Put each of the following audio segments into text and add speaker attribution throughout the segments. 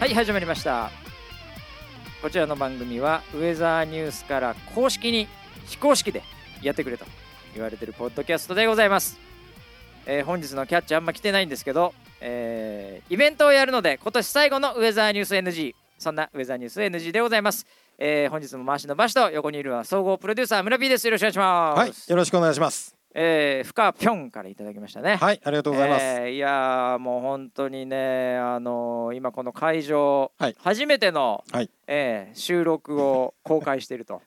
Speaker 1: はい始まりましたこちらの番組はウェザーニュースから公式に非公式でやってくれと言われてるポッドキャストでございます、えー本日のキャッチあんま来てないんですけど、えーイベントをやるので今年最後のウェザーニュース NG そんなウェザーニュース NG でございます、えー本日も回しの場所と横にいるのは総合プロデューサー村 P ですよろしくお願いします、
Speaker 2: はい、よろしくお願いします。
Speaker 1: えー、深ぴょんからいただきましたね。
Speaker 2: はい、ありがとうございます。
Speaker 1: えーいやーもう本当にね、あのー今この会場、
Speaker 2: はい
Speaker 1: 初めての、
Speaker 2: はい
Speaker 1: えー収録 を公開していると
Speaker 2: は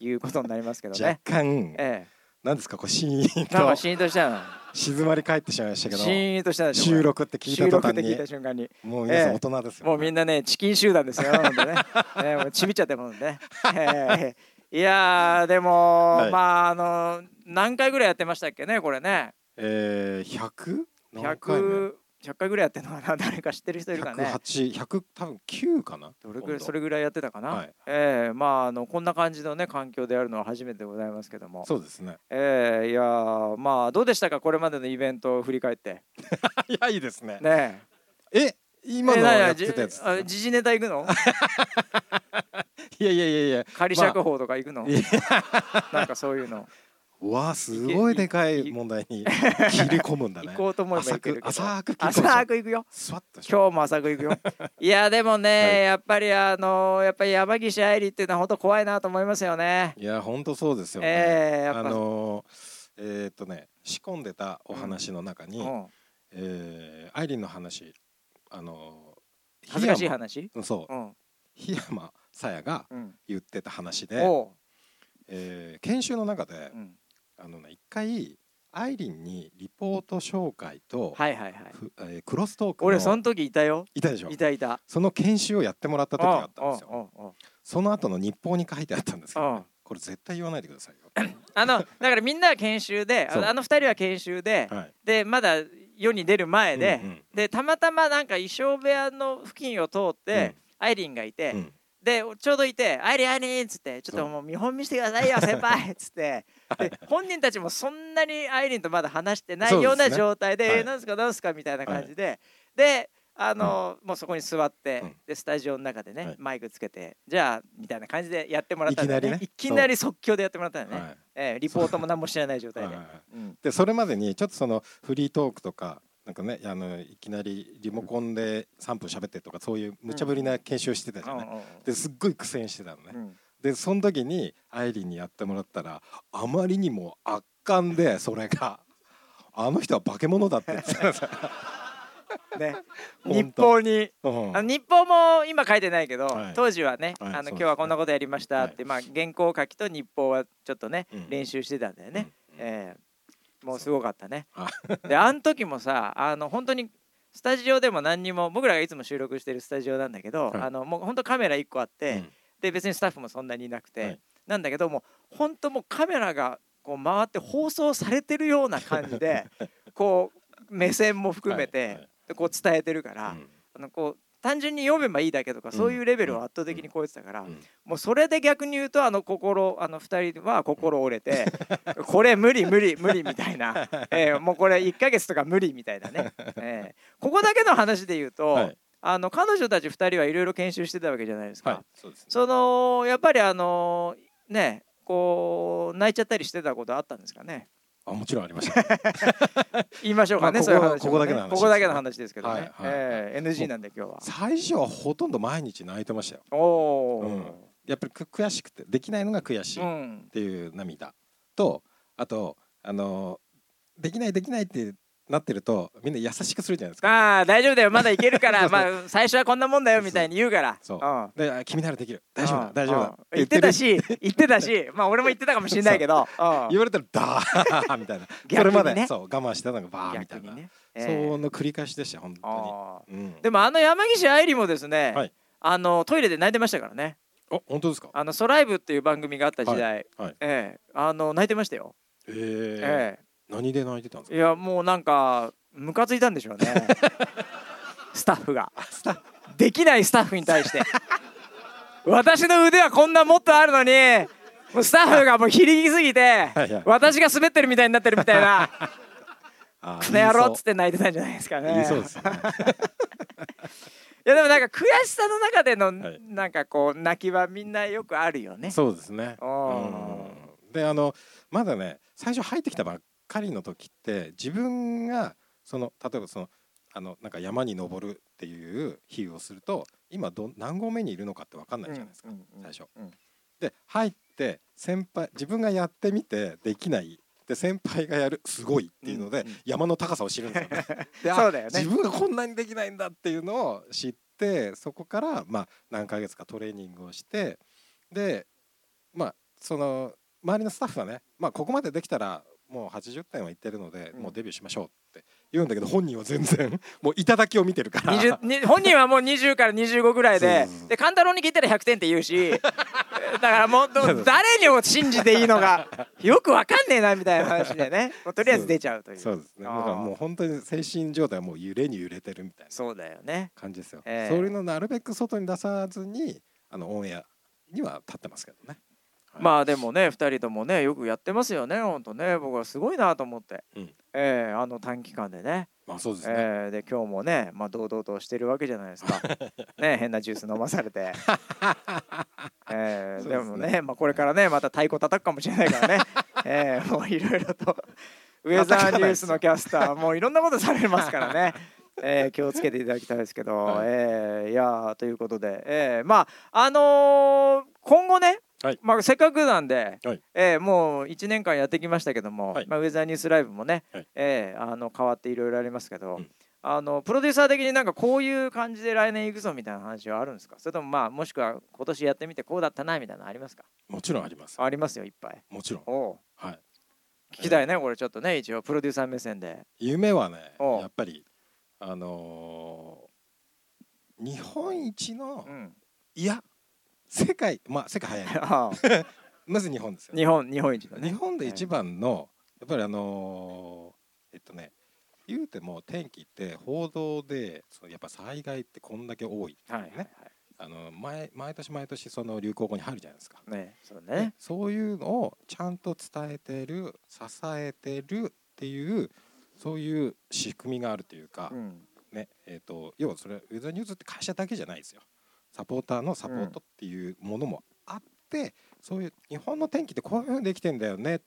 Speaker 2: い
Speaker 1: いうことになりますけど
Speaker 2: 若
Speaker 1: ね。
Speaker 2: 干、
Speaker 1: え
Speaker 2: なんですか、こうシーン
Speaker 1: ー、なんか
Speaker 2: と
Speaker 1: シーンとしたの、
Speaker 2: 静まり返ってしまいましたけ
Speaker 1: シーンとした
Speaker 2: ど、
Speaker 1: でしょ。これ
Speaker 2: 収録って聞いた
Speaker 1: 収
Speaker 2: 途
Speaker 1: 録っ
Speaker 2: 端
Speaker 1: て聞いた
Speaker 2: に、
Speaker 1: 瞬間に、
Speaker 2: もう皆
Speaker 1: え
Speaker 2: さん
Speaker 1: え
Speaker 2: 大人ですよ。
Speaker 1: もうみんなねチキン集団ですよ。なん でね、えーもうちびっちゃってもんでね。えーいやーでも、
Speaker 2: はい
Speaker 1: まああのー何回ぐらいやってましたっけねこれね。
Speaker 2: ええー、百？何回目
Speaker 1: 100 100回ぐらいやってるのかな誰か知ってる人いるかね
Speaker 2: 108、100多分9かな。
Speaker 1: どれぐら
Speaker 2: 今
Speaker 1: い
Speaker 2: 度
Speaker 1: それぐらいやってたかな、
Speaker 2: はい
Speaker 1: ええまああのこんな感じのね環境でやるのは初めてでございますけども
Speaker 2: そうですね。
Speaker 1: ええいやーまあどうでしたかこれまでのイベントを振り返 って
Speaker 2: 早いですね。
Speaker 1: ねえ
Speaker 2: え、今の
Speaker 1: えなにな
Speaker 2: や
Speaker 1: に
Speaker 2: ってたやつ。
Speaker 1: じあ時事ネタ行く の
Speaker 2: いやいやいやいや。
Speaker 1: 仮釈放とか行くの、
Speaker 2: いや
Speaker 1: なんかそういう の
Speaker 2: わあ、すごいでかい問題に切り込むんだ
Speaker 1: 行
Speaker 2: ね。
Speaker 1: こうと思えば行
Speaker 2: 浅
Speaker 1: けるけ
Speaker 2: く
Speaker 1: ど
Speaker 2: 浅く切り込む。
Speaker 1: 浅く行く よ
Speaker 2: スワッとし。
Speaker 1: 今日も浅く行 くよいやでもね、
Speaker 2: はい
Speaker 1: やっぱりあのやっぱり山岸愛理っていうのは本当怖いなと思いますよね
Speaker 2: いや、本当そうですよね。
Speaker 1: ええやっぱ
Speaker 2: あのーえーっとね仕込んでたお話の中に、
Speaker 1: うん
Speaker 2: えーアイリンの話あのー
Speaker 1: 恥ずかしい
Speaker 2: 檜
Speaker 1: 話
Speaker 2: 山そううん檜山さやが
Speaker 1: うん
Speaker 2: 言ってた話で、
Speaker 1: おう
Speaker 2: えー研修の中で、
Speaker 1: うん
Speaker 2: あのね一回アイリンにリポート紹介と、
Speaker 1: はいはいはい
Speaker 2: ふえークロストークの
Speaker 1: 俺その時いたよ
Speaker 2: いたでしょ
Speaker 1: いたいた
Speaker 2: その研修をやってもらった時があったんですよ
Speaker 1: うんうんうんうん
Speaker 2: その後の日報に書いてあったんですけどね、
Speaker 1: うん
Speaker 2: これ絶対言わないでください よ
Speaker 1: あのだからみんなは研修であ
Speaker 2: そう
Speaker 1: のあの二人は研修で
Speaker 2: はい
Speaker 1: でまだ世に出る前で、
Speaker 2: うんうん
Speaker 1: でたまたまなんか衣装部屋の付近を通って、アイリンがいて、
Speaker 2: うん
Speaker 1: でちょうどいて「アイリンアイリン」っつって「ちょっ
Speaker 2: そ
Speaker 1: と
Speaker 2: う
Speaker 1: もう見本見せてください よ先輩」っつってで本人たちもそんなにアイリンとまだ話してな
Speaker 2: そう
Speaker 1: い
Speaker 2: です
Speaker 1: よ
Speaker 2: ね
Speaker 1: うな状態で「
Speaker 2: はい
Speaker 1: えーなんすかなんすか」みたいな感じで、であのもうそこに座って、
Speaker 2: うん
Speaker 1: でスタジオの中でね、
Speaker 2: はい
Speaker 1: マイクつけてじゃあみたいな感じでやってもらったんだよね
Speaker 2: いきなりね
Speaker 1: きなり即興でやってもらったんだよね、
Speaker 2: は
Speaker 1: えーリポートも何も知らない状
Speaker 2: い
Speaker 1: 態
Speaker 2: はい
Speaker 1: で。
Speaker 2: はい
Speaker 1: うん
Speaker 2: でそれまでにちょっとそのフリートークとかなんかねあのいきなりリモコンで3分喋ってとかそういう無茶ぶりな研修してたじゃない、ですっごい苦戦してたのね、
Speaker 1: うんうん
Speaker 2: でその時にアイリンにやってもらったらあまりにも圧巻でそれがあの人は化け物だって言ってたんですよ
Speaker 1: ね、
Speaker 2: 当
Speaker 1: 日報に
Speaker 2: うん
Speaker 1: あの日報も今書いてないけど、
Speaker 2: はい
Speaker 1: 当時はね、
Speaker 2: はい
Speaker 1: あ
Speaker 2: そう
Speaker 1: の
Speaker 2: です
Speaker 1: 今日はこんなことやりましたって、まあ原稿書きと日報はちょっとね、
Speaker 2: うん
Speaker 1: 練習してたんだよね、
Speaker 2: うん
Speaker 1: えーもうすごかったね
Speaker 2: あ
Speaker 1: であの時もさあの本当にスタジオでも何にも僕らがいつも収録してるスタジオなんだけど、
Speaker 2: はい
Speaker 1: あのもう本当カメラ1個あって、
Speaker 2: うん
Speaker 1: で別にスタッフもそんなにいなくて、
Speaker 2: はい
Speaker 1: なんだけどもう本当もうカメラがこう回って放送されてるような感じ でこう目線も含めて、
Speaker 2: はいはい
Speaker 1: でこう伝えてるから。
Speaker 2: うん
Speaker 1: あのこう単純に読めばいいだけとか
Speaker 2: うん
Speaker 1: そういうレベルを圧倒的に超えてたから、
Speaker 2: うん
Speaker 1: もうそれで逆に言うとあの心あの2人は心折れて これ無理無理無理みたいな、えーもうこれ1ヶ月とか無理みたいなね、えーここだけの話で言うと、
Speaker 2: はい
Speaker 1: あの彼女たち2人はいろいろ研修してたわけじゃないですか。
Speaker 2: はいそうですね
Speaker 1: そのやっぱりあのねこう泣いちゃったりしてたことあったんですかね
Speaker 2: あもちろんありました
Speaker 1: 言いましょうかね、
Speaker 2: まあ
Speaker 1: そういう話もね
Speaker 2: ここだけの話ですね
Speaker 1: ここだけの話ですけどね、
Speaker 2: はいはい
Speaker 1: えー NG なんで今日は。
Speaker 2: 最初はほとんど毎日泣いてましたよ
Speaker 1: おお、
Speaker 2: うんやっぱりく悔しくてできないのが悔しい、
Speaker 1: うん
Speaker 2: っ、ていう涙とあとあのできないできないってなってるとみんな優しくするじゃないですか。
Speaker 1: ああ大丈夫だよまだいけるか
Speaker 2: そ
Speaker 1: ら
Speaker 2: うそう
Speaker 1: まあ最初はこんなもんだよみたいに言うから
Speaker 2: そうんであ君ならできる大丈夫
Speaker 1: う
Speaker 2: だ
Speaker 1: ん
Speaker 2: 大丈夫
Speaker 1: うん
Speaker 2: だ
Speaker 1: 言ってた
Speaker 2: る
Speaker 1: し言ってたしまあ俺も言ってたかもしれないけ どうん
Speaker 2: 言われたらダー みたいな、
Speaker 1: 逆にね
Speaker 2: それまでそう我慢してたのがバーみた
Speaker 1: 逆
Speaker 2: いな、
Speaker 1: にね
Speaker 2: そ
Speaker 1: え
Speaker 2: の繰り返しでした本
Speaker 1: え
Speaker 2: 当
Speaker 1: あ
Speaker 2: に、うん
Speaker 1: あでもあの山岸愛理もです
Speaker 2: は
Speaker 1: ね
Speaker 2: い
Speaker 1: あのトイレで泣いてましたからね
Speaker 2: お本当ですか
Speaker 1: あのソライブっていう番組があった時代
Speaker 2: はい
Speaker 1: ええあの泣いてましたよ
Speaker 2: ええ
Speaker 1: え
Speaker 2: 何で泣いてたんです
Speaker 1: えいやもうなんかムカついたんでしょう ねスタッフが
Speaker 2: かスタッフ
Speaker 1: できないスタッフに対して私の腕はこんなもっとあるのにもうスタッフがもうひりきすぎて
Speaker 2: はいはい
Speaker 1: 私が滑ってるみたいになってるみたい な「
Speaker 2: あ
Speaker 1: この野郎」っつってて泣いてたんじゃないですかね。
Speaker 2: 言いそうですね
Speaker 1: やでもなんか悔しさの中での、
Speaker 2: はい
Speaker 1: なんかこう泣きはみんなよくあるよね。
Speaker 2: そうですね。
Speaker 1: う
Speaker 2: うんであのまだね最初入ってきたばっかりの時って自分がその例えばそのあのなんか山に登るっていう比喩をすると今ど何合目にいるのかって分かんないじゃないですか、最初。
Speaker 1: うん
Speaker 2: で入って先輩自分がやってみてできないで先輩がやるすごいっていうので、
Speaker 1: うんうん
Speaker 2: 山の高さを知るんですよね。であ
Speaker 1: そうだよね
Speaker 2: 自。分がこんなにできないんだっていうのを知ってそこからまあ何ヶ月かトレーニングをしてでまあその周りのスタッフはね、まあ、ここまでできたらもう80点はいってるので、
Speaker 1: うん
Speaker 2: もうデビューしましょうって言うんだけど本人は全然 もう頂きを見て るから
Speaker 1: 20に本人はもう20から25ぐらいで
Speaker 2: そうそうそう
Speaker 1: で勘太郎に聞いたら100点って言うし だからもうど
Speaker 2: そうそう
Speaker 1: 誰にも信じていいの かよくわかんねえなみたいな話でねもうとりあえず出ちゃうという
Speaker 2: そうですねだから
Speaker 1: あー
Speaker 2: もう本当に精神状態はもう揺れに揺れてるみたいな
Speaker 1: そうだよね
Speaker 2: 感じですよ、
Speaker 1: ええ
Speaker 2: そういうのなるべく外に出さずにあのオンエアには立ってますけどね、はい
Speaker 1: まあでもね2人ともねよくやってますよねほんとね僕はすごいなと思って、
Speaker 2: うん
Speaker 1: ええあの短期間でね
Speaker 2: まあそうですね、
Speaker 1: ええで今日もね、まあ、堂々としてるわけじゃないです かね変なジュース飲まされて、ええ
Speaker 2: そう
Speaker 1: で
Speaker 2: ですね
Speaker 1: もね、まあ、これからねまた太鼓叩くかもしれないからね、 ええもういろいろ とウェザーニュースのキャスターもういろんなことされますからね。 ええ気をつけていただきたいですけど、
Speaker 2: はい
Speaker 1: ええいやーということで、ええまああのー今後ね、
Speaker 2: はい
Speaker 1: まあ、せっかくなんで、
Speaker 2: はい
Speaker 1: ええもう1年間やってきましたけども、
Speaker 2: はい
Speaker 1: まあ、ウェザーニュースライブもね、ええあの変わっていろいろありますけど、あのプロデューサー的になんかこういう感じで来年行くぞみたいな話はあるんですかそれともまあもしくは今年やってみてこうだったなみたいなのありますか
Speaker 2: もちろんあります
Speaker 1: ありますよいっぱい
Speaker 2: もちろん
Speaker 1: おお
Speaker 2: はい
Speaker 1: 聞きたいねこれちょっとね一応プロデューサー目線で
Speaker 2: 夢はね
Speaker 1: おう
Speaker 2: やっぱりあのー日本一の
Speaker 1: うん
Speaker 2: いや世界まあ世界早い
Speaker 1: ああ
Speaker 2: まず日本です よ、
Speaker 1: 日本日本一のね
Speaker 2: 日本で一番のやっぱりあのーえっとね言うても天気って報道でそのやっぱ災害ってこんだけ多いってい
Speaker 1: はい
Speaker 2: うね、
Speaker 1: はいは
Speaker 2: あの毎毎年毎年その流行語に入るじゃないですか、
Speaker 1: いねそう
Speaker 2: ね
Speaker 1: ね、
Speaker 2: そういうのをちゃんと伝えてる支えてるっていうそういう仕組みがあるというか、
Speaker 1: うん
Speaker 2: ねえー、と要はそれウェザーニューズって会社だけじゃないですよサポーターのサポートっていうものもあって、そういう日本の天気ってこういうふうにできてんだよね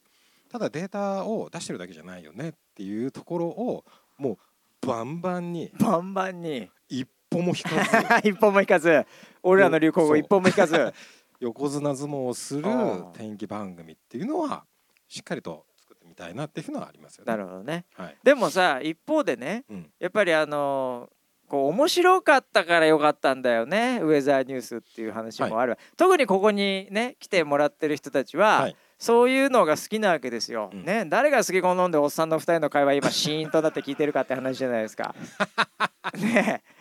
Speaker 2: ただデータを出してるだけじゃないよねっていうところをもうバンバンに
Speaker 1: バンバンに
Speaker 2: 一歩も引かず
Speaker 1: 一歩も引かず俺らの流行
Speaker 2: そ
Speaker 1: 語
Speaker 2: う
Speaker 1: 一歩も引かず
Speaker 2: 横綱相撲をする
Speaker 1: あー
Speaker 2: 天気番組っていうのはしっかりと作ってみたいなっていうのはありますよね。
Speaker 1: なるほどね
Speaker 2: はい
Speaker 1: でもさ一方でね
Speaker 2: うん、
Speaker 1: やっぱりあのこう面白かったから良かったんだよねウェザーニュースっていう話もある、特にここにね来てもらってる人たちは、
Speaker 2: はい
Speaker 1: そういうのが好きなわけですよ、
Speaker 2: うん
Speaker 1: ね誰が好き好んでおっさんの2人の会話今シーンとだって聞いてるかって話じゃないです かねえ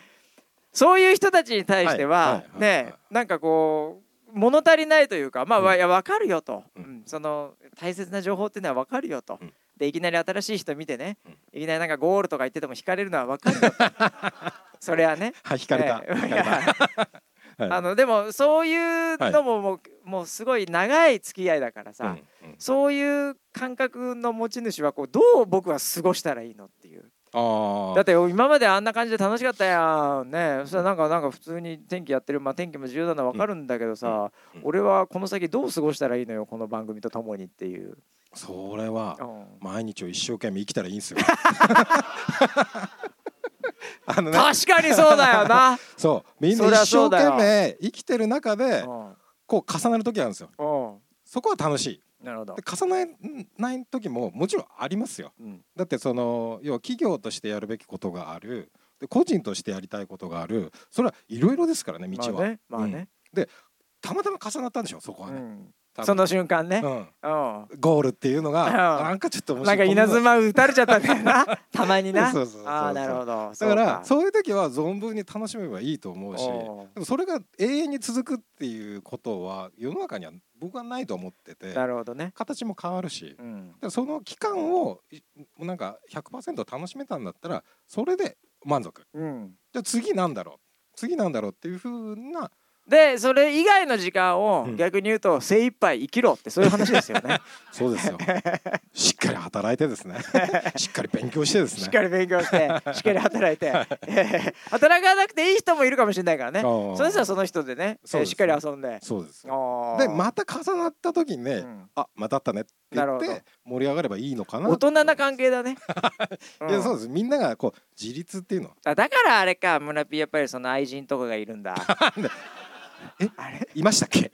Speaker 1: そういう人たちに対しては、
Speaker 2: はいはいはい
Speaker 1: ね
Speaker 2: はい
Speaker 1: えなんかこう物足りないというかまあ、わ
Speaker 2: うん
Speaker 1: いや分かるよと、
Speaker 2: うん
Speaker 1: うんその大切な情報っていうのは分かるよと、
Speaker 2: うん
Speaker 1: でいきなり新しい人見てね、
Speaker 2: うん
Speaker 1: いきなりなんかゴールとか言ってても引かれるのは分かる よそれはね
Speaker 2: はい、引かれた。
Speaker 1: ええ
Speaker 2: 引かれたはい
Speaker 1: あのでもそういうのももう,、もうすごい長い付き合いだからさ、
Speaker 2: うんうん
Speaker 1: そういう感覚の持ち主はこうどう僕は過ごしたらいいのっていう
Speaker 2: あ
Speaker 1: だ
Speaker 2: あ
Speaker 1: って今まであんな感じで楽しかったやんねそしたらなんかなんか普通に天気やってるまあ天気も重要なのは分かるんだけどさ、
Speaker 2: うんうん
Speaker 1: 俺はこの先どう過ごしたらいいのよこの番組とともにっていう、
Speaker 2: それは
Speaker 1: うん
Speaker 2: 毎日を一生懸命生きたらいいん ですよ。あのね、
Speaker 1: 確かにそうだよ な、
Speaker 2: そうみんな
Speaker 1: そりゃ
Speaker 2: 一
Speaker 1: そう
Speaker 2: 生
Speaker 1: だよ
Speaker 2: 懸命生きてる中
Speaker 1: う
Speaker 2: で
Speaker 1: ん
Speaker 2: こう重なる時あるんですよ。
Speaker 1: うん
Speaker 2: そこは楽しい。
Speaker 1: なるほど
Speaker 2: で、重ならない時ももちろんありますよ。
Speaker 1: うん
Speaker 2: だってその要は企業としてやるべきことがある。で個人としてやりたいことがあるそれはいろいろですからね道は、
Speaker 1: まあね,、まあね
Speaker 2: たまたま重なったんでしょそこ
Speaker 1: う
Speaker 2: はね、
Speaker 1: ん
Speaker 2: 多分
Speaker 1: その瞬間ね、
Speaker 2: うん、
Speaker 1: うん
Speaker 2: ゴールっていうのが
Speaker 1: うん
Speaker 2: なんかちょっと面
Speaker 1: な
Speaker 2: 白
Speaker 1: ん
Speaker 2: い
Speaker 1: か稲妻打たれちゃったんだよ なたまにな
Speaker 2: そうそうそうそう
Speaker 1: ああなるほど
Speaker 2: だから
Speaker 1: そう
Speaker 2: そういう時は存分に楽しめばいいと思うし
Speaker 1: おう
Speaker 2: でもそれが永遠に続くっていうことは世の中には僕はないと思ってて
Speaker 1: なるほどね
Speaker 2: 形も変わるし
Speaker 1: うん
Speaker 2: でその期間をいなんか100%楽しめたんだったらそれで満足
Speaker 1: うん
Speaker 2: じゃあ次なんだろう次なんだろうっていうふうな
Speaker 1: でそれ以外の時間を
Speaker 2: うん
Speaker 1: 逆に言うと精一杯生きろってそういう話ですよね
Speaker 2: そうです よしっかり働いてですねしっかり勉強 してですね
Speaker 1: しっかり勉強して しっかり働いて 働かなくていい人もいるかもしれないからね
Speaker 2: あー
Speaker 1: その人はその人でね
Speaker 2: そうですね
Speaker 1: しっかり遊んで
Speaker 2: そうですよ
Speaker 1: あー
Speaker 2: でまた重なった時にね、
Speaker 1: うん
Speaker 2: あまたあったねって言
Speaker 1: なるほ
Speaker 2: っ
Speaker 1: ど
Speaker 2: て盛り上がればいいのかな
Speaker 1: 大人な関係だね、
Speaker 2: いやそううですみんながこう自立っていうの
Speaker 1: んあだからあれか村ピーやっぱりその愛人とかがいるん だ
Speaker 2: え
Speaker 1: あれ
Speaker 2: いました っけ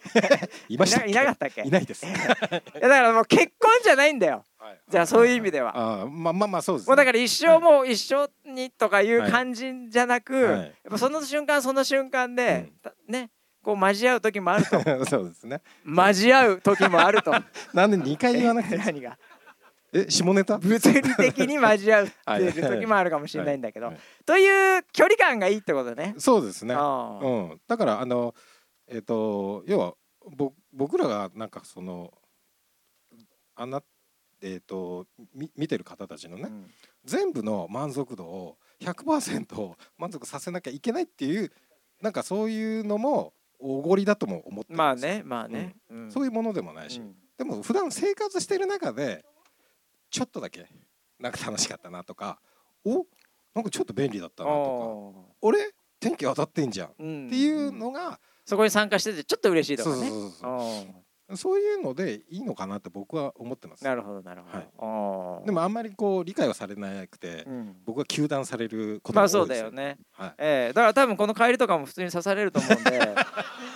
Speaker 2: いま
Speaker 1: い
Speaker 2: したっ
Speaker 1: な
Speaker 2: け
Speaker 1: いなかったっけ
Speaker 2: いないで す、
Speaker 1: いやだからもう結婚じゃないんだよじゃあそういう意味では
Speaker 2: あーまあまあまあそうです、ね、
Speaker 1: もうだから一生もう一生にとかいう感じじゃなく、
Speaker 2: はい
Speaker 1: やっぱその瞬間その瞬間で、たねこう交わう時もある と
Speaker 2: そうですね
Speaker 1: 交わう時もあると
Speaker 2: なんで2回言わなくてい いんですか
Speaker 1: 何が
Speaker 2: え下ネタ
Speaker 1: 物理的に交わう
Speaker 2: は
Speaker 1: ってい
Speaker 2: いう
Speaker 1: 時もあるかもしれないんだけど、
Speaker 2: はいはい
Speaker 1: という距離感がいいってことね。
Speaker 2: そうですね
Speaker 1: ああ
Speaker 2: うん、だからあのえっ、と要はぼ僕らがなんかそのあなえっ、とみ見てる方たちのね、
Speaker 1: うん
Speaker 2: 全部の満足度を100%満足させなきゃいけないっていうなんかそういうのもおごりだとも思ってるんですよ
Speaker 1: まあねまあね、うん
Speaker 2: そういうものでもないし、
Speaker 1: うん
Speaker 2: でも普段生活してる中でちょっとだけなんか楽しかったなとかおなんかちょっと便利だったなとか俺天気当たってんじゃんっ
Speaker 1: あーん
Speaker 2: ていうのが、
Speaker 1: そこに参加しててちょっと嬉しいと
Speaker 2: そう
Speaker 1: か
Speaker 2: そ
Speaker 1: ね。
Speaker 2: うそうそう
Speaker 1: う
Speaker 2: そういうのでいいのかなって僕は思ってま
Speaker 1: ん
Speaker 2: す
Speaker 1: なるほどなるほど。
Speaker 2: はい
Speaker 1: あー
Speaker 2: でもあんまりこう理解はされなくて、
Speaker 1: うん
Speaker 2: 僕は糾弾されること
Speaker 1: ま
Speaker 2: が
Speaker 1: あそ
Speaker 2: 多
Speaker 1: う
Speaker 2: いで
Speaker 1: だ
Speaker 2: す
Speaker 1: よね。
Speaker 2: はい
Speaker 1: ええだから多分この帰りとかも普通に刺されると思うんで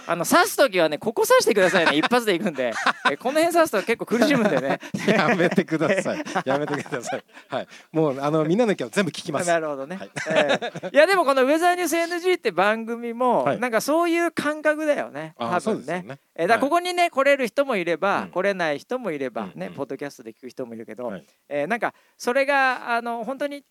Speaker 1: あの刺す時はねここ刺してくださいね一発でいくんで、えこの辺刺すと結構苦しむんでね
Speaker 2: やめてくだ さい。やめてください。はい。もうあのみんなの意見を全部聞き ます。
Speaker 1: なるほどね、
Speaker 2: はい
Speaker 1: ええいやでもこの「ウェザーニュース NG」って番組も、
Speaker 2: はい
Speaker 1: なんかそういう感覚だよね
Speaker 2: あ
Speaker 1: 多
Speaker 2: あ、そうで
Speaker 1: 分
Speaker 2: すよ
Speaker 1: ね。
Speaker 2: ね。
Speaker 1: えだからここにね来れる人もいれば、
Speaker 2: うん
Speaker 1: 来れない人もいれば、ね
Speaker 2: うんうん
Speaker 1: ポッドキャストで聞く人もいるけど、
Speaker 2: はい
Speaker 1: えーなんかそれがあの本当に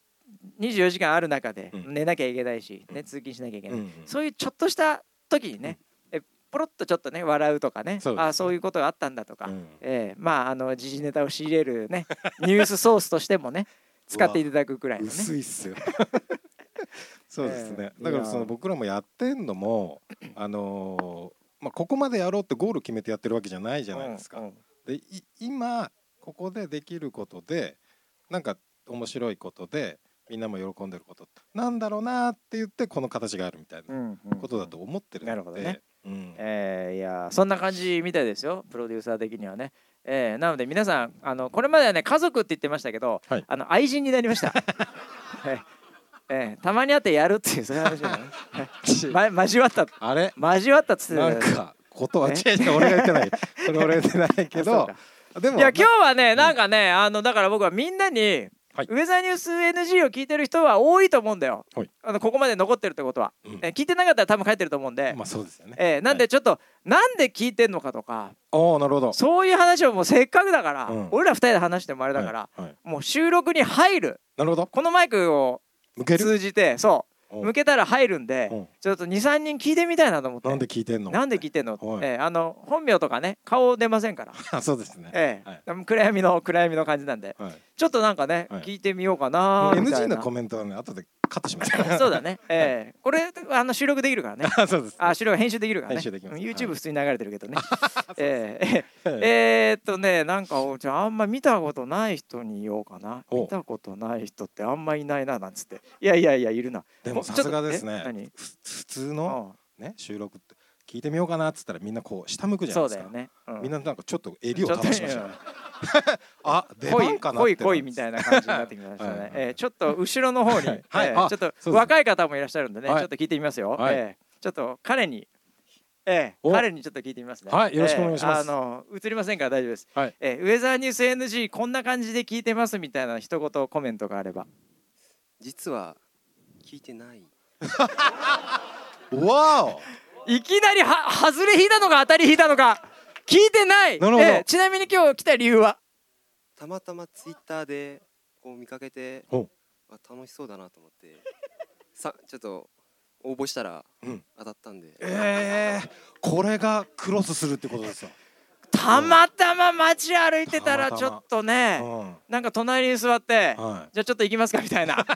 Speaker 1: 24時間ある中で
Speaker 2: うん
Speaker 1: 寝なきゃいけないし、
Speaker 2: う
Speaker 1: ね、
Speaker 2: ん
Speaker 1: 通勤しなきゃいけない、
Speaker 2: うんうん
Speaker 1: そういうちょっとした時にね、えポロッとちょっとね笑うとかね
Speaker 2: そうですね
Speaker 1: あそういうことがあったんだとか、
Speaker 2: うん
Speaker 1: えーまああの時事ネタを仕入れる ねニュースソースとしてもね使っていただくくらいのね。
Speaker 2: 薄いっす よ。そうですね。
Speaker 1: ええ
Speaker 2: だからそ
Speaker 1: い
Speaker 2: の
Speaker 1: や
Speaker 2: 僕らもやってんのもあのーまあここまでやろうってゴール決めてやってるわけじゃないじゃないですか。
Speaker 1: うんうん
Speaker 2: でい今ここでできることでなんか面白いことでみんなも喜んでることなんだろうなって言ってこの形があるみたいな
Speaker 1: うんうん
Speaker 2: ことだと思ってるので。
Speaker 1: なるほどね
Speaker 2: うん。
Speaker 1: えーいやーそんな感じみたいですよプロデューサー的にはね、えーなので皆さんあのこれまではね家族って言ってましたけど、
Speaker 2: はい
Speaker 1: あの愛人になり ました、えーえーたまに会ってやるっていうそういう話だよね、ま、交わった
Speaker 2: あれ
Speaker 1: 交わったっつってた
Speaker 2: な
Speaker 1: じゃ
Speaker 2: ん
Speaker 1: いです
Speaker 2: かことは違う違う俺が言ってないそれ俺が言ってない け
Speaker 1: あそう
Speaker 2: ど
Speaker 1: か
Speaker 2: でも
Speaker 1: いや今日
Speaker 2: 日
Speaker 1: はね
Speaker 2: ん
Speaker 1: なんかね、あのだから僕はみんなに、
Speaker 2: はい
Speaker 1: ウェザーニュース NG を聞いてる人は多いと思うんだよ、
Speaker 2: はい
Speaker 1: あのここまで残ってるってことは、
Speaker 2: うん
Speaker 1: えー聞いてなかったら多分帰ってると思うんで、
Speaker 2: まあそうですよね
Speaker 1: えーなんでちょっと、なんで聞いてんのかとか
Speaker 2: おおなるほど
Speaker 1: そういう話をもうせっかくだから、
Speaker 2: うん
Speaker 1: 俺ら二人で話してもあれだから、
Speaker 2: はいはい
Speaker 1: もう収録に入る
Speaker 2: なるほど
Speaker 1: このマイクを
Speaker 2: 向ける
Speaker 1: 通じてそう
Speaker 2: お
Speaker 1: 向けたら入るんで
Speaker 2: うん
Speaker 1: ちょっと23人聞いてみたいなと思って
Speaker 2: なんで聞いてんの
Speaker 1: なんで聞いてんの、
Speaker 2: はい
Speaker 1: ええあの本名とかね顔出ませんから、
Speaker 2: あ そうですね
Speaker 1: ええ
Speaker 2: はい
Speaker 1: 暗闇の暗闇の感じなんで
Speaker 2: はい
Speaker 1: ちょっとなんかね、
Speaker 2: はい
Speaker 1: 聞いてみようかなみた
Speaker 2: NG
Speaker 1: い
Speaker 2: の
Speaker 1: な
Speaker 2: コメントはね後でカットします
Speaker 1: そうだね、ええこれあの収録できるからね
Speaker 2: あそうです
Speaker 1: あ収録編集できるからね
Speaker 2: 編集できます
Speaker 1: うん
Speaker 2: は
Speaker 1: YouTube
Speaker 2: い
Speaker 1: 普通に流れてるけど ね、ええええ
Speaker 2: え
Speaker 1: えー、っとねなんかおじゃああんま見たことない人に言おうかな
Speaker 2: お
Speaker 1: 見たことない人ってあんまいないななんつっていやいやいやいるな
Speaker 2: でも
Speaker 1: おちょ
Speaker 2: さ
Speaker 1: っと
Speaker 2: すがです
Speaker 1: え何
Speaker 2: ねふ普通
Speaker 1: う
Speaker 2: の
Speaker 1: ん
Speaker 2: ね収録って聞いてみようかなっつったらみんなこう下向くじゃな
Speaker 1: そ
Speaker 2: い
Speaker 1: う
Speaker 2: です
Speaker 1: だよ
Speaker 2: か
Speaker 1: ね、う
Speaker 2: みん
Speaker 1: な
Speaker 2: ななんかちょっと襟を倒しましたねあ出
Speaker 1: 濃い
Speaker 2: 番かなっ
Speaker 1: 濃い
Speaker 2: て
Speaker 1: 濃いみたいな感じになってきましたね、
Speaker 2: はいはい
Speaker 1: えーちょっと後ろの方に、
Speaker 2: はいはい
Speaker 1: えー
Speaker 2: あ
Speaker 1: ちょっと
Speaker 2: そうです
Speaker 1: 若い方もいらっしゃるんでね、
Speaker 2: はい
Speaker 1: ちょっと聞いてみますよ、
Speaker 2: はい
Speaker 1: えーちょっと彼にえー
Speaker 2: お
Speaker 1: 彼にちょっと聞いてみますね。
Speaker 2: はいよろしくお願いします
Speaker 1: えーあの映りませんから大丈夫です。
Speaker 2: はい
Speaker 1: えーウェザーニュース NG こんな感じで聞いてますみたいな一言コメントがあれば。
Speaker 3: 実は聞いてない
Speaker 2: わお
Speaker 1: いきなりは外れ引いたのか当たり引いたのか聞いてない
Speaker 2: なるほど
Speaker 1: ちなみに今日来た理由は
Speaker 3: たまたまツイッターでこう見かけて
Speaker 2: ほ
Speaker 3: あ楽しそうだなと思ってさちょっと応募したら
Speaker 2: うん
Speaker 3: 当たったんで、
Speaker 2: えー、これがクロスするってことですよ。
Speaker 1: たまたま街歩いてたら
Speaker 2: たま
Speaker 1: ち
Speaker 2: たま
Speaker 1: ょっと
Speaker 2: う
Speaker 1: ね
Speaker 2: ん、
Speaker 1: なんか隣に座って
Speaker 2: は
Speaker 1: じゃあちょっと行きますかみたいな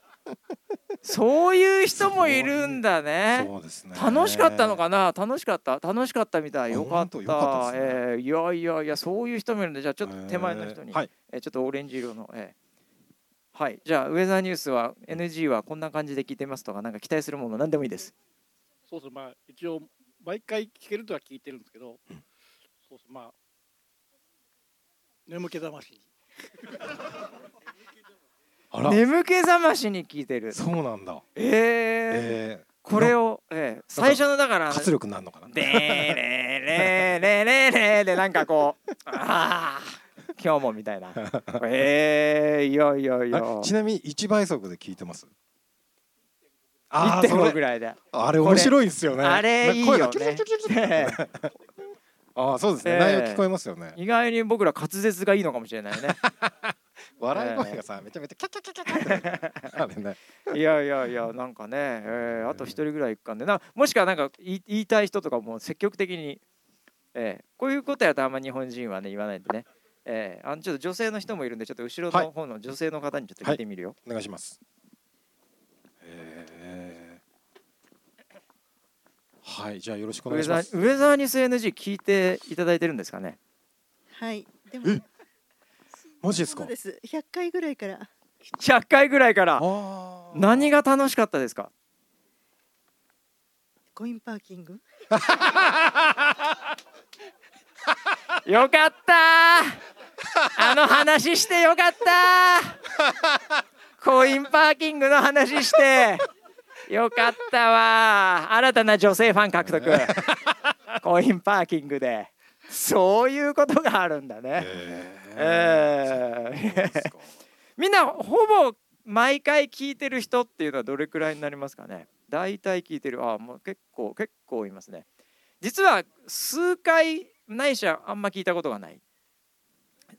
Speaker 1: そういう人もいるんだね
Speaker 2: そうですね
Speaker 1: 楽しかったのかな楽しかった楽しかったみたい
Speaker 2: あ
Speaker 1: よかった
Speaker 2: 本当よかったですね
Speaker 1: えーいやいやいやそういう人もいるんでじゃあちょっと手前の人に、
Speaker 2: えーはい
Speaker 1: えーちょっとオレンジ色の、えーはいじゃあウェザーニュースは NG はこんな感じで聞いてますとかなんか期待するもの何でもいいです
Speaker 4: そうそうまあ一応毎回聞けるとは聞いてるんですけど、
Speaker 2: うん
Speaker 4: そうそうまあ眠気覚ましに
Speaker 2: あら、
Speaker 1: 眠気覚ましに聞いてる
Speaker 2: そうなんだ
Speaker 1: えー
Speaker 2: えー
Speaker 1: これを、えー最初のだから
Speaker 2: 活力になるのかな
Speaker 1: でーれーれーれーれーれーでなんかこうああ今日もみたいなえー、いやいやいや
Speaker 2: あちなみに一倍速で聞いてますああそ
Speaker 1: 1.5ぐ
Speaker 2: れ
Speaker 1: らいで
Speaker 2: あれ面白いですよね
Speaker 1: あれいい
Speaker 2: 声
Speaker 1: よ
Speaker 2: がチュル
Speaker 1: ね
Speaker 2: チュルチュルチュルってああそうですね、
Speaker 1: えー
Speaker 2: 内容聞こえますよね
Speaker 1: 意外に僕ら滑舌がいいのかもしれないね
Speaker 2: 笑い声がさめちゃめちゃキャッキャッキャッキャッってなるあれね
Speaker 1: いやいやいやなんかね、えーあと一人ぐらいいくかんでなもしくはなんか言い言いたい人とかも積極的に、えーこういうことやとあんま日本人はね言わないんでね、えーあのちょっと女性の人もいるんでちょっと後ろの方の女性の方にちょっと聞いてみるよ、
Speaker 2: お願いしますえーはいじゃあよろしくお
Speaker 1: ウ
Speaker 2: 願い
Speaker 1: ェ
Speaker 2: し
Speaker 1: ザ
Speaker 2: ます
Speaker 1: ーウェザーニュース NG 聞いていただいてるんですかね
Speaker 5: はい。でも。
Speaker 2: マジです
Speaker 5: そ
Speaker 2: か
Speaker 5: うです。100回ぐらいから。
Speaker 1: 100回ぐらいから
Speaker 2: あー
Speaker 1: 何が楽しかったですか
Speaker 5: コインパーキング。
Speaker 1: よかったーあの話してよかったーコインパーキングの話してよかったわー新たな女性ファン獲得コインパーキングでそういうことがあるんだね、
Speaker 2: え
Speaker 1: えー、
Speaker 2: ー
Speaker 1: みんなほぼ毎回聞いてる人っていうのはどれくらいになりますかね大体聞いてるああもう結構結構いますね実は数回ないしはあんま聞いたことがない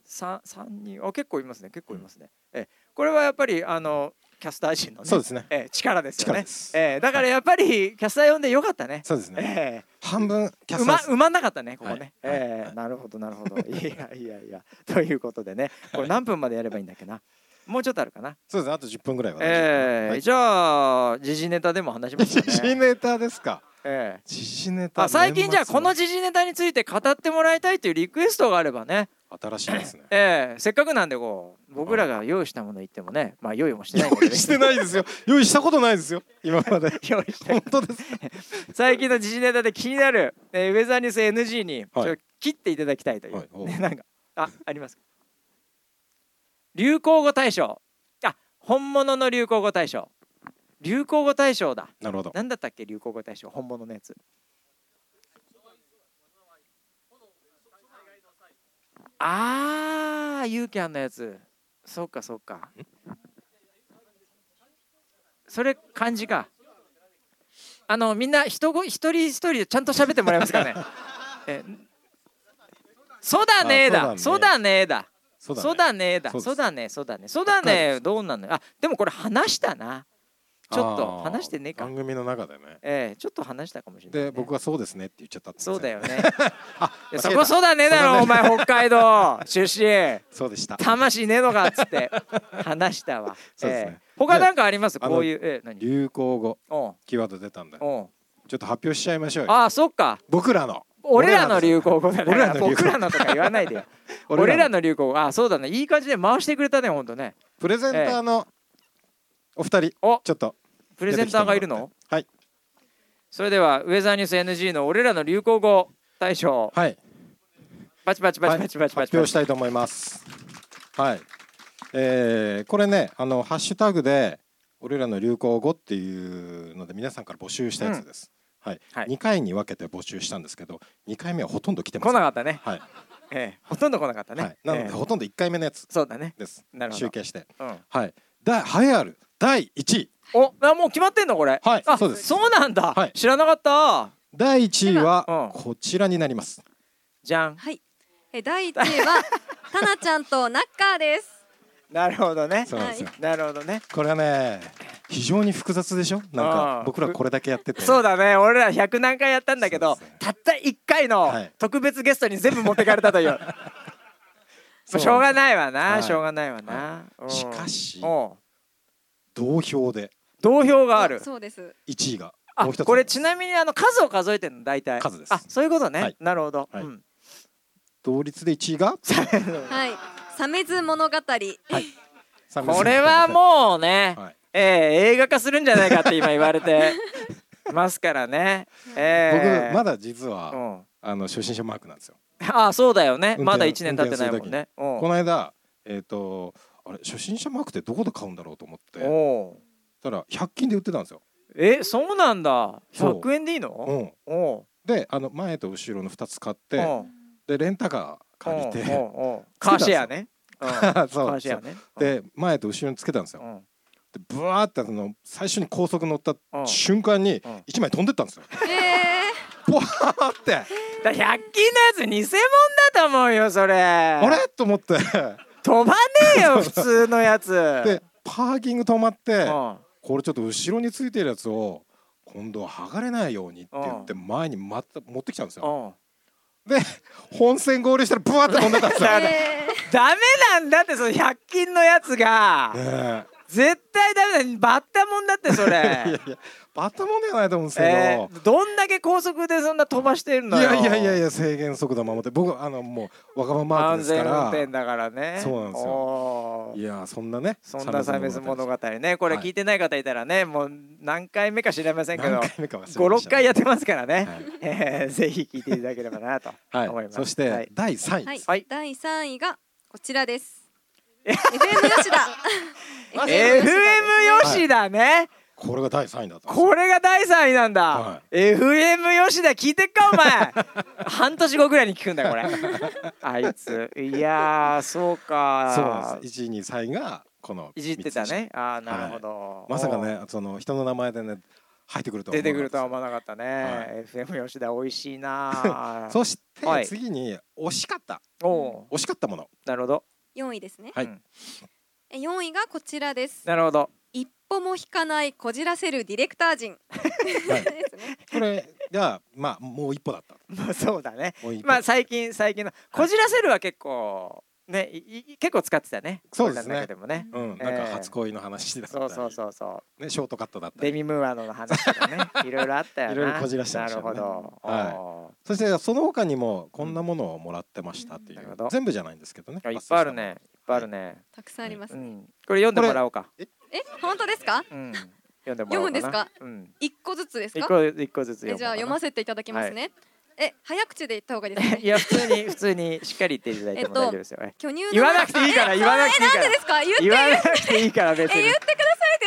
Speaker 1: 3人あ結構いますね結構いますね、ええこれはやっぱりあのキャスター陣のね
Speaker 2: そうですね
Speaker 1: ええ力ですよ
Speaker 2: 力
Speaker 1: ね
Speaker 2: です
Speaker 1: ええだからやっぱりキャスター呼んでよかったね、
Speaker 2: そうですね
Speaker 1: ええ
Speaker 2: 半分キャ
Speaker 1: う
Speaker 2: スタ
Speaker 1: ま
Speaker 2: ーです
Speaker 1: うまなかったねここね、
Speaker 2: はい
Speaker 1: えー
Speaker 2: はい
Speaker 1: なるほどなるほどいやいやいやということでねこれ何分までやればいいんだっけなもうちょっとあるかな、
Speaker 2: そうですねあと10分ぐらいはね
Speaker 1: えー
Speaker 2: はい
Speaker 1: じゃあ時事ネタでも話します
Speaker 2: 時
Speaker 1: か
Speaker 2: 事
Speaker 1: ね、
Speaker 2: ネタですか
Speaker 1: えー
Speaker 2: 時事ネタ
Speaker 1: あ最近じゃあこの時
Speaker 2: 年
Speaker 1: 事ネタについて語ってもらいたいというリクエストがあればね、
Speaker 2: 末の新しいですね
Speaker 1: えーせっかくなんでこう僕らが用意したもの言ってもねまあ用意もしてないんだけ
Speaker 2: 用
Speaker 1: ど
Speaker 2: 意してないですよ用意したことないですよ今まで
Speaker 1: 用意して
Speaker 2: 本当です
Speaker 1: 最近の時事ネタで気になる、えーウェザーニュース NG にちょ
Speaker 2: はい
Speaker 1: っと切っていただきたいという、
Speaker 2: はいおう
Speaker 1: ねなんかあありますか流行語大賞あ本物の流行語大賞流行語大賞だ
Speaker 2: なるほど
Speaker 1: 何だったっけ流行語大賞本物のやつあーユーキャンのやつそっかそっかそれ漢字かあのみんな人ご一人一人でちゃんと喋ってもらえますかねえそうだねーだ
Speaker 2: あ
Speaker 1: そ
Speaker 2: そうう
Speaker 1: だ
Speaker 2: だ
Speaker 1: ねーだ
Speaker 2: そうだね
Speaker 1: そうだねだ
Speaker 2: そうです
Speaker 1: そうだねそうだねそうだねどうなのよあでもこれ話したなちょっと
Speaker 2: あー
Speaker 1: 話してねえか
Speaker 2: 番組の中でね
Speaker 1: ええちょっと話したかもしれない、ね、
Speaker 2: で僕はそうですねって言っちゃったって
Speaker 1: そうだよね いや
Speaker 2: 間
Speaker 1: そ
Speaker 2: 違えた
Speaker 1: こそうだねえだろお
Speaker 2: そうだ
Speaker 1: 前北海 道出身
Speaker 2: そうでした
Speaker 1: 魂ねえのかっつって話したわ
Speaker 2: そうですね
Speaker 1: ええ他なんかあります
Speaker 2: あの
Speaker 1: こういうええ何
Speaker 2: 流行語
Speaker 1: おう
Speaker 2: キーワード出たんでちょ
Speaker 1: おう
Speaker 2: っと発表しちゃいましょうよ
Speaker 1: ああそっか
Speaker 2: 僕らの
Speaker 1: 俺らの流行語だ
Speaker 2: 俺ら
Speaker 1: ね
Speaker 2: の流行語
Speaker 1: 僕らのとか言わないで よ俺らの流行語ああそうだねいい感じで回してくれたねほんとね
Speaker 2: プレゼンターのお二人ち
Speaker 1: お
Speaker 2: ょっと
Speaker 1: プレゼンターがいるの
Speaker 2: はい
Speaker 1: それではウェザーニュース NG の俺らの流行語大賞
Speaker 2: はい
Speaker 1: バチバチバチバチバチバチ
Speaker 2: 発
Speaker 1: バ
Speaker 2: 表し
Speaker 1: チ
Speaker 2: たいと思いますはいえーこれねあのハッシュタグで俺らの流行語っていうので皆さんから募集したやつです、はい、
Speaker 1: はい
Speaker 2: 2回に分けて募集したんですけど2回目はほとんど来てませ
Speaker 1: 来
Speaker 2: ん
Speaker 1: なかったね、
Speaker 2: はい、
Speaker 1: ええ、ほとんど来なかったね、
Speaker 2: はい、なの
Speaker 1: え
Speaker 2: で
Speaker 1: え
Speaker 2: ほとんど1回目のやつ
Speaker 1: そうだね
Speaker 2: です
Speaker 1: なるほど
Speaker 2: 集計して
Speaker 1: うん
Speaker 2: はいだ栄えある第1位
Speaker 1: おあもう決まってんのこれ
Speaker 2: はい
Speaker 1: あ
Speaker 2: そうです
Speaker 1: そうなんだ、
Speaker 2: はい
Speaker 1: 知らなかった
Speaker 2: 第1位
Speaker 1: うん
Speaker 2: はこちらになります、
Speaker 1: じゃん
Speaker 6: はい。え第一位 はタナちゃんとナッカーです。
Speaker 1: なるほどね
Speaker 2: そうなんですよ、
Speaker 1: なるほどね
Speaker 2: これはね非常に複雑でしょなん
Speaker 1: あ
Speaker 2: か
Speaker 1: ー
Speaker 2: 僕らこれだけやってて
Speaker 1: そうだね俺ら100何回やったんだけど、
Speaker 2: そうですね
Speaker 1: たった1回の
Speaker 2: はい
Speaker 1: 特別ゲストに全部持ってかれ たというもうしょうがないわな、
Speaker 2: はい
Speaker 1: しょうがないわな、うん
Speaker 2: しかし
Speaker 1: おう
Speaker 2: 同票で
Speaker 1: 投票がある
Speaker 6: そうです。
Speaker 2: 1位が
Speaker 1: あ
Speaker 2: もう一つ
Speaker 1: これちなみにあの数を数えてるの大体
Speaker 2: 数です
Speaker 1: あそういうことね、
Speaker 2: はい
Speaker 1: なるほど、
Speaker 2: はい
Speaker 1: うん
Speaker 2: 同率で1位が
Speaker 6: はい。サメズ物語。
Speaker 1: これはもうね、
Speaker 2: はい
Speaker 1: えー映画化するんじゃないかって今言われ てますからね、えー、
Speaker 2: 僕まだ実は、
Speaker 1: うん、
Speaker 2: あの初心者マークなんですよ。
Speaker 1: ああそうだよね
Speaker 2: 運転
Speaker 1: まだ1年経ってないもんねうん
Speaker 2: この間えっ、とあれ初心者マークってどこで買うんだろうと思ってそし
Speaker 1: おう
Speaker 2: たら100均で売ってたんですよ。
Speaker 1: えそうなんだ
Speaker 2: そう
Speaker 1: 100円でいいの
Speaker 2: うん、
Speaker 1: おお
Speaker 2: であの前と後ろの2つ買っ
Speaker 1: う
Speaker 2: て
Speaker 1: おう
Speaker 2: でレンタカー借り
Speaker 1: おう
Speaker 2: て
Speaker 1: おう カーシェアねうんカ
Speaker 2: そう
Speaker 1: ーシェアね
Speaker 2: そうで前と後ろにつけたんです
Speaker 1: う
Speaker 2: よ。
Speaker 1: んうん
Speaker 2: でブワーってその最初に高速乗った
Speaker 1: うん
Speaker 2: 瞬間に
Speaker 1: うん
Speaker 2: 1枚飛んでったんですよ。
Speaker 6: え
Speaker 2: ボワーって
Speaker 1: だから100均のやつ偽物だと思うよそれあ
Speaker 2: あれと思って
Speaker 1: 飛ばねえ よ普通のやつ
Speaker 2: でパーキング止まって
Speaker 1: うん
Speaker 2: これちょっと後ろについてるやつを今度は剥がれないようにって言って前にまた持ってきたんですよ。
Speaker 1: うん
Speaker 2: で本線合流したらブワーって飛んでたん ですよ。
Speaker 1: だ
Speaker 6: ー、
Speaker 1: から
Speaker 2: ね
Speaker 6: え
Speaker 1: ダメなんだってその100均のやつが
Speaker 2: え
Speaker 1: 絶対ダメだバッタもんだってそ
Speaker 2: いや
Speaker 1: れ
Speaker 2: いやバッタモンではないと思うんですけど、
Speaker 1: えーどんだけ高速でそんな飛ばしてるの
Speaker 2: い
Speaker 1: よ
Speaker 2: やいやいやいや制限速度守って僕あのもうわがままマー
Speaker 1: 安
Speaker 2: クです
Speaker 1: 全
Speaker 2: か
Speaker 1: 運
Speaker 2: ら
Speaker 1: 転だからね
Speaker 2: そうなんですよ
Speaker 1: よ
Speaker 2: いやそんなね
Speaker 1: そんなサイメス物語ねこれ
Speaker 2: はい
Speaker 1: 聞いてない方いたらねもう何回目か知りませんけど
Speaker 2: 何回目か忘れました
Speaker 1: 56回やってますからね
Speaker 2: はい
Speaker 1: えーぜひ聞いていただければなと
Speaker 2: はい
Speaker 1: 思います
Speaker 2: そし
Speaker 1: はい
Speaker 2: て第3位
Speaker 6: は
Speaker 2: で
Speaker 6: い
Speaker 2: す、。
Speaker 1: はい
Speaker 6: 第三位がこちらです。FM 吉田。
Speaker 1: FM 吉田ね
Speaker 2: これが第3位だったんですよ
Speaker 1: これが第3位なんだ、
Speaker 2: は
Speaker 1: FM 吉田聞いてっかお 前半年後ぐらいに聞くんだよこれあいついやーそうか
Speaker 2: そうなんです1位2位3位がこの
Speaker 1: いじってたねあーなるほど、
Speaker 2: 三つ星まさかねその人の名前でね入ってくるとは
Speaker 1: 出
Speaker 2: 思わ
Speaker 1: てくると
Speaker 2: なかったです
Speaker 1: は思わなかったね、FM 吉田美味しいな
Speaker 2: そして、
Speaker 1: はい
Speaker 2: 次に惜しかった
Speaker 1: おお
Speaker 2: 惜しかったもの
Speaker 1: うなるほど
Speaker 6: 四位ですね。
Speaker 2: はい
Speaker 1: うん
Speaker 6: え四位がこちらです。
Speaker 1: なるほど
Speaker 6: 一歩も引かないこじらせるディレクター陣。
Speaker 2: はい
Speaker 6: ですね。
Speaker 2: これが まあもう一歩だった
Speaker 1: まあそうだね
Speaker 2: もう一歩
Speaker 1: まあ最近最近のこじらせるは結構ねいい結構使ってたね
Speaker 2: そうです
Speaker 1: 俺らの中
Speaker 2: ね
Speaker 1: でもね
Speaker 2: うん、
Speaker 1: え
Speaker 2: なんか
Speaker 1: ー
Speaker 2: 初恋の話だったり、
Speaker 1: そうそうそうそう
Speaker 2: ね、ショートカットだった
Speaker 1: デ
Speaker 2: り
Speaker 1: ミムーアの話とかねいろいろあったよない
Speaker 2: ろいろこじらしてましたよね
Speaker 1: なるほど、
Speaker 2: はい
Speaker 1: お
Speaker 2: そしてその他にもこんなものをもらってましたっていう、
Speaker 1: なるほど
Speaker 2: 全部じゃないんですけどね
Speaker 1: ーいっぱいあるねいっぱいあるね、
Speaker 6: たくさんあります
Speaker 1: う
Speaker 6: ね。
Speaker 1: ん、これ読んでもらおうか
Speaker 6: え、本当ですか？
Speaker 1: うん、読んでもらおうかな
Speaker 6: 読むんですか
Speaker 1: うん、
Speaker 6: 一個ずつです
Speaker 1: 一
Speaker 6: か？
Speaker 1: 個一個ずつ読
Speaker 6: え
Speaker 1: む
Speaker 6: じゃあ読ませていただきますね。え、早口で言った方がいいですか
Speaker 1: せ い
Speaker 6: ね。
Speaker 1: や普通に普通にしっかり言っていただいても大丈夫ですよ、
Speaker 6: 巨乳の
Speaker 1: 言わなくていいから言わなくていいか
Speaker 6: え
Speaker 1: ら
Speaker 6: ですか？言って
Speaker 1: 言
Speaker 6: 言
Speaker 1: わ
Speaker 6: っ
Speaker 1: なくていいから別に
Speaker 6: てた。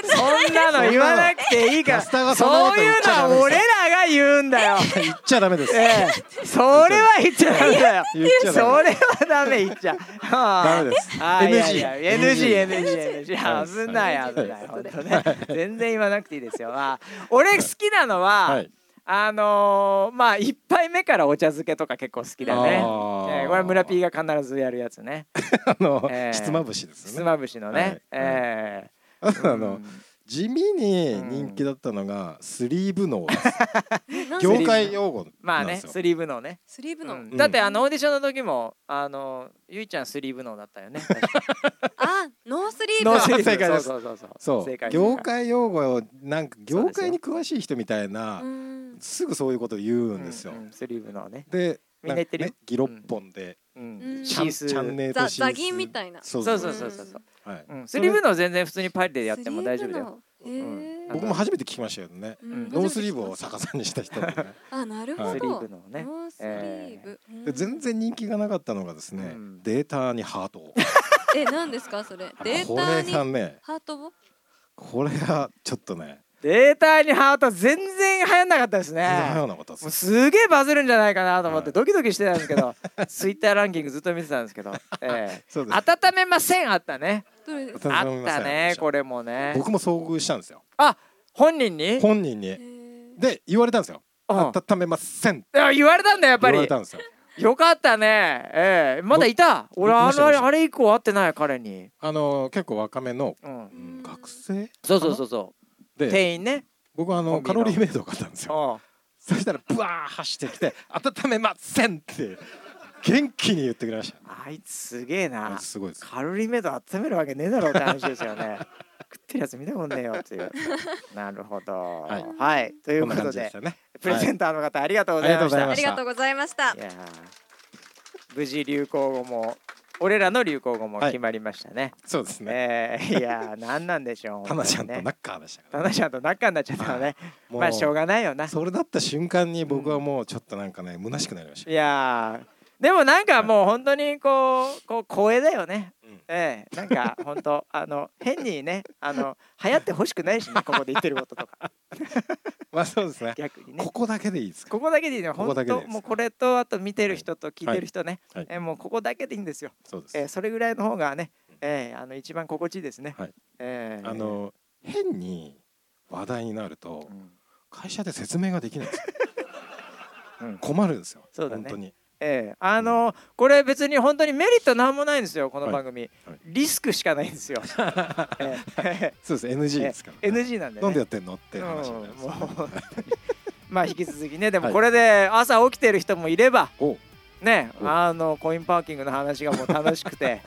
Speaker 1: そんなの言わなくていいか
Speaker 2: キャ
Speaker 1: ら
Speaker 2: スターがそんな
Speaker 1: そう
Speaker 2: こと言
Speaker 1: い
Speaker 2: っ
Speaker 1: う
Speaker 2: ちゃダ
Speaker 1: のは
Speaker 2: メ
Speaker 1: 俺
Speaker 2: で
Speaker 1: ら
Speaker 2: す
Speaker 1: が言うんだよ、
Speaker 2: よ言っちゃダメです、
Speaker 1: ええ、それは言っちゃダメだよ
Speaker 2: 言っちゃ
Speaker 1: そ
Speaker 2: ダメ
Speaker 1: れはダメ言っちゃ
Speaker 2: ダ
Speaker 1: ダ
Speaker 2: メです
Speaker 1: あ
Speaker 2: NG
Speaker 1: いやいや NG NG NG
Speaker 2: はい
Speaker 1: 危ない危ない本当ね全然言わなくていいですよあ俺好きなのは、
Speaker 2: はい
Speaker 1: あのーまあ一杯目からお茶漬けとか結構好きだね
Speaker 2: あー
Speaker 1: えーこれは村 P が必ずやるやつね
Speaker 2: あの、
Speaker 1: えー
Speaker 2: ひつまぶしで
Speaker 1: ひ
Speaker 2: す
Speaker 1: つ
Speaker 2: よね
Speaker 1: まぶしのね、
Speaker 2: はい
Speaker 1: え
Speaker 2: あ
Speaker 1: ー
Speaker 2: の、地味に人気だったのがスリーブ能です、
Speaker 6: なん
Speaker 1: ぎょ
Speaker 6: で
Speaker 2: 業界用語
Speaker 1: ま
Speaker 2: な
Speaker 1: あ
Speaker 2: んで
Speaker 1: ね
Speaker 2: すよ、
Speaker 1: スリーブのね、
Speaker 6: スリーブ
Speaker 1: う
Speaker 6: の。
Speaker 1: ん
Speaker 2: うん
Speaker 1: だってあのオーディションの時もあのゆいちゃんスリーブのだった よね確か
Speaker 6: あ、ノースリーブ。
Speaker 1: ノースリーブ
Speaker 2: 正解です
Speaker 1: そうそうそうそう
Speaker 2: そう
Speaker 1: 正解です
Speaker 2: 業界用語をなんか
Speaker 1: そう
Speaker 2: 業
Speaker 1: ですよ
Speaker 2: 界に詳しい人みたいな
Speaker 6: う、ん
Speaker 2: すぐそういうこと言うんですよ、
Speaker 1: ううんスリーブのね、
Speaker 2: で
Speaker 1: みんな言ってるよ
Speaker 2: んかねギロッポンで、
Speaker 1: うん
Speaker 6: うん
Speaker 1: シ
Speaker 2: チャン
Speaker 1: ース
Speaker 2: チャンネルと
Speaker 6: ザ
Speaker 2: シース
Speaker 6: ザギンみたいな。
Speaker 2: そう
Speaker 1: そ
Speaker 2: そうう
Speaker 1: そ
Speaker 2: そうう
Speaker 1: そうそうそう、
Speaker 2: はい、
Speaker 1: うん、スリーブの全然普通にパリでやっても大丈夫だよ。
Speaker 6: スリーブの。ええ
Speaker 2: 僕も初めて聞きましたけどね、
Speaker 6: うん
Speaker 1: うん
Speaker 2: ノースリーブを逆さにした人で,、ね、
Speaker 6: あ、なるほど。
Speaker 2: は
Speaker 1: ス
Speaker 2: い
Speaker 1: リーブのね
Speaker 6: ノースリーブ。うん
Speaker 2: で全。然人気がなかったのがですね、
Speaker 1: うん
Speaker 2: データにハートを
Speaker 6: え、なんですかそれ。デー
Speaker 2: こ
Speaker 6: タ
Speaker 2: れ
Speaker 6: に
Speaker 2: がね
Speaker 6: ハートを。
Speaker 2: これがちょっとね
Speaker 1: データにハート全然流行んなかったです
Speaker 2: 似たよ
Speaker 1: ね
Speaker 2: うなことで
Speaker 1: もう
Speaker 2: す
Speaker 1: すげえバズるんじゃないかなと思って
Speaker 2: はい
Speaker 1: ドキドキしてたんですけ ど、ツイッターランキングずっと見てたんですけど、え
Speaker 2: そう
Speaker 1: え
Speaker 2: です
Speaker 1: 温めませんあったね
Speaker 6: どれです
Speaker 2: 温
Speaker 1: あ
Speaker 2: め
Speaker 1: っ
Speaker 2: ませ
Speaker 1: た
Speaker 2: ん
Speaker 1: ねこれもね
Speaker 2: 僕も遭遇したんですよ
Speaker 1: あ本人に
Speaker 2: 本人に
Speaker 6: え
Speaker 2: で言われたんですよ「
Speaker 1: うん
Speaker 2: 温めません」って
Speaker 1: あ言われたんだやっぱ
Speaker 2: 言
Speaker 1: り
Speaker 2: われたんですよ
Speaker 1: よかったねええまだいた俺あ
Speaker 2: 僕も
Speaker 1: のあ
Speaker 2: いまし
Speaker 1: れ
Speaker 2: た
Speaker 1: あれ以降会ってない彼に、
Speaker 2: あの結構若めの、
Speaker 1: うん
Speaker 2: う、ん学生
Speaker 1: そうそうそうそう
Speaker 2: で
Speaker 1: 店員ね
Speaker 2: 僕は
Speaker 1: コ
Speaker 2: あ
Speaker 1: ンビ
Speaker 2: の
Speaker 1: の
Speaker 2: カロリーメイドを買ったんですよ
Speaker 1: うん
Speaker 2: そしたらブワー走ってきて「温めません」って元気に言ってくれました
Speaker 1: あいつすげえ
Speaker 2: あ
Speaker 1: な
Speaker 2: すごいです、
Speaker 1: カロリーメイト集めるわけねえだろうって話ですよね食ってるやつ見たことねえよっていうなるほどはいという
Speaker 2: こん
Speaker 1: こ
Speaker 2: な感
Speaker 1: と
Speaker 2: じで
Speaker 1: で
Speaker 2: したね
Speaker 1: プレゼンターの方ありがとうございました、
Speaker 2: あ
Speaker 6: あ
Speaker 2: り
Speaker 6: り
Speaker 2: が
Speaker 6: が
Speaker 2: と
Speaker 6: と
Speaker 2: う
Speaker 6: うございました
Speaker 1: い、やー無事流行語も俺らの流行語も決まりましたね、
Speaker 2: そうですね
Speaker 1: えーいやー何なんでしょう
Speaker 2: タナちゃんと
Speaker 1: 本当に
Speaker 2: ナ
Speaker 1: ね
Speaker 2: ッカーでしたか
Speaker 1: タ
Speaker 2: ら
Speaker 1: ナ
Speaker 2: ね
Speaker 1: ちゃんと仲になっちゃったのね
Speaker 2: もう
Speaker 1: まあしょうがないよな
Speaker 2: それだった瞬間に僕はもうちょっとなんかね虚しくなりまし
Speaker 1: い
Speaker 2: た
Speaker 1: やーでもなんかもう本当にこうこう光栄だよね、
Speaker 2: うん
Speaker 1: ええなんか本当あの変にねあの流行ってほしくないしねここで言ってる こととか
Speaker 2: まあそうですね
Speaker 1: 逆にね
Speaker 2: ここだけでいいですか
Speaker 1: ここだけでいいの
Speaker 2: ここ
Speaker 1: 本
Speaker 2: だけでいい
Speaker 1: 当
Speaker 2: です
Speaker 1: もうこれとあと見てる人と聞いてる人ね、
Speaker 2: はい
Speaker 1: えーもうここだけでいいんですよ、
Speaker 2: そうです
Speaker 1: えーそれぐらいの方がね
Speaker 2: うん、
Speaker 1: えーあの一番心地いいですね、
Speaker 2: はい
Speaker 1: えー
Speaker 2: あの変に話題になると
Speaker 1: うん
Speaker 2: 会社で説明ができないんですよ
Speaker 1: うん
Speaker 2: 困るんですよ
Speaker 1: そうだね
Speaker 2: 本当に
Speaker 1: ええあのこれ別に本当にメリットなんもないんですよこの番組、
Speaker 2: はい
Speaker 1: リスクしかないんです よ、ええ
Speaker 2: そうです NG ですから、ね
Speaker 1: NG なんで、ね、
Speaker 2: なんでやってんのって話になり
Speaker 1: うん、
Speaker 2: ますよね、
Speaker 1: もうまあ引き続きねで
Speaker 2: は
Speaker 1: も
Speaker 2: い
Speaker 1: これで朝起きてる人もいれば
Speaker 2: お
Speaker 1: ね
Speaker 2: お
Speaker 1: あのコインパーキングの話がもう楽しく て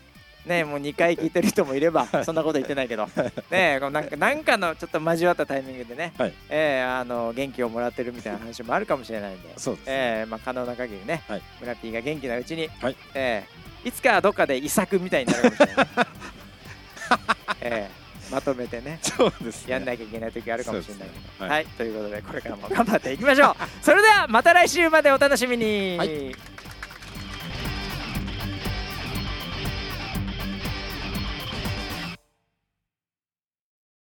Speaker 1: ねもう2回聞いてる人もいればそんなこと言ってないけ どねこうなんかなんかのちょっと交わったタイミングでね、
Speaker 2: はい
Speaker 1: えーあの元気をもらってるみたいな話もあるかもしれないんで。
Speaker 2: そうですね、
Speaker 1: えーまあ、可能な限りね、
Speaker 2: はい
Speaker 1: 村 P が元気なうちに、
Speaker 2: はい
Speaker 1: えーいつかどっかで遺作みたいになるかもし れない、えーまとめてね
Speaker 2: そうですね
Speaker 1: やんなきゃいけない時あるかもしれないけ
Speaker 2: そうです
Speaker 1: ど、
Speaker 2: ねはい
Speaker 1: はい、ということでこれからも頑張っていきましょうそれではまた来週までお楽しみに、
Speaker 2: は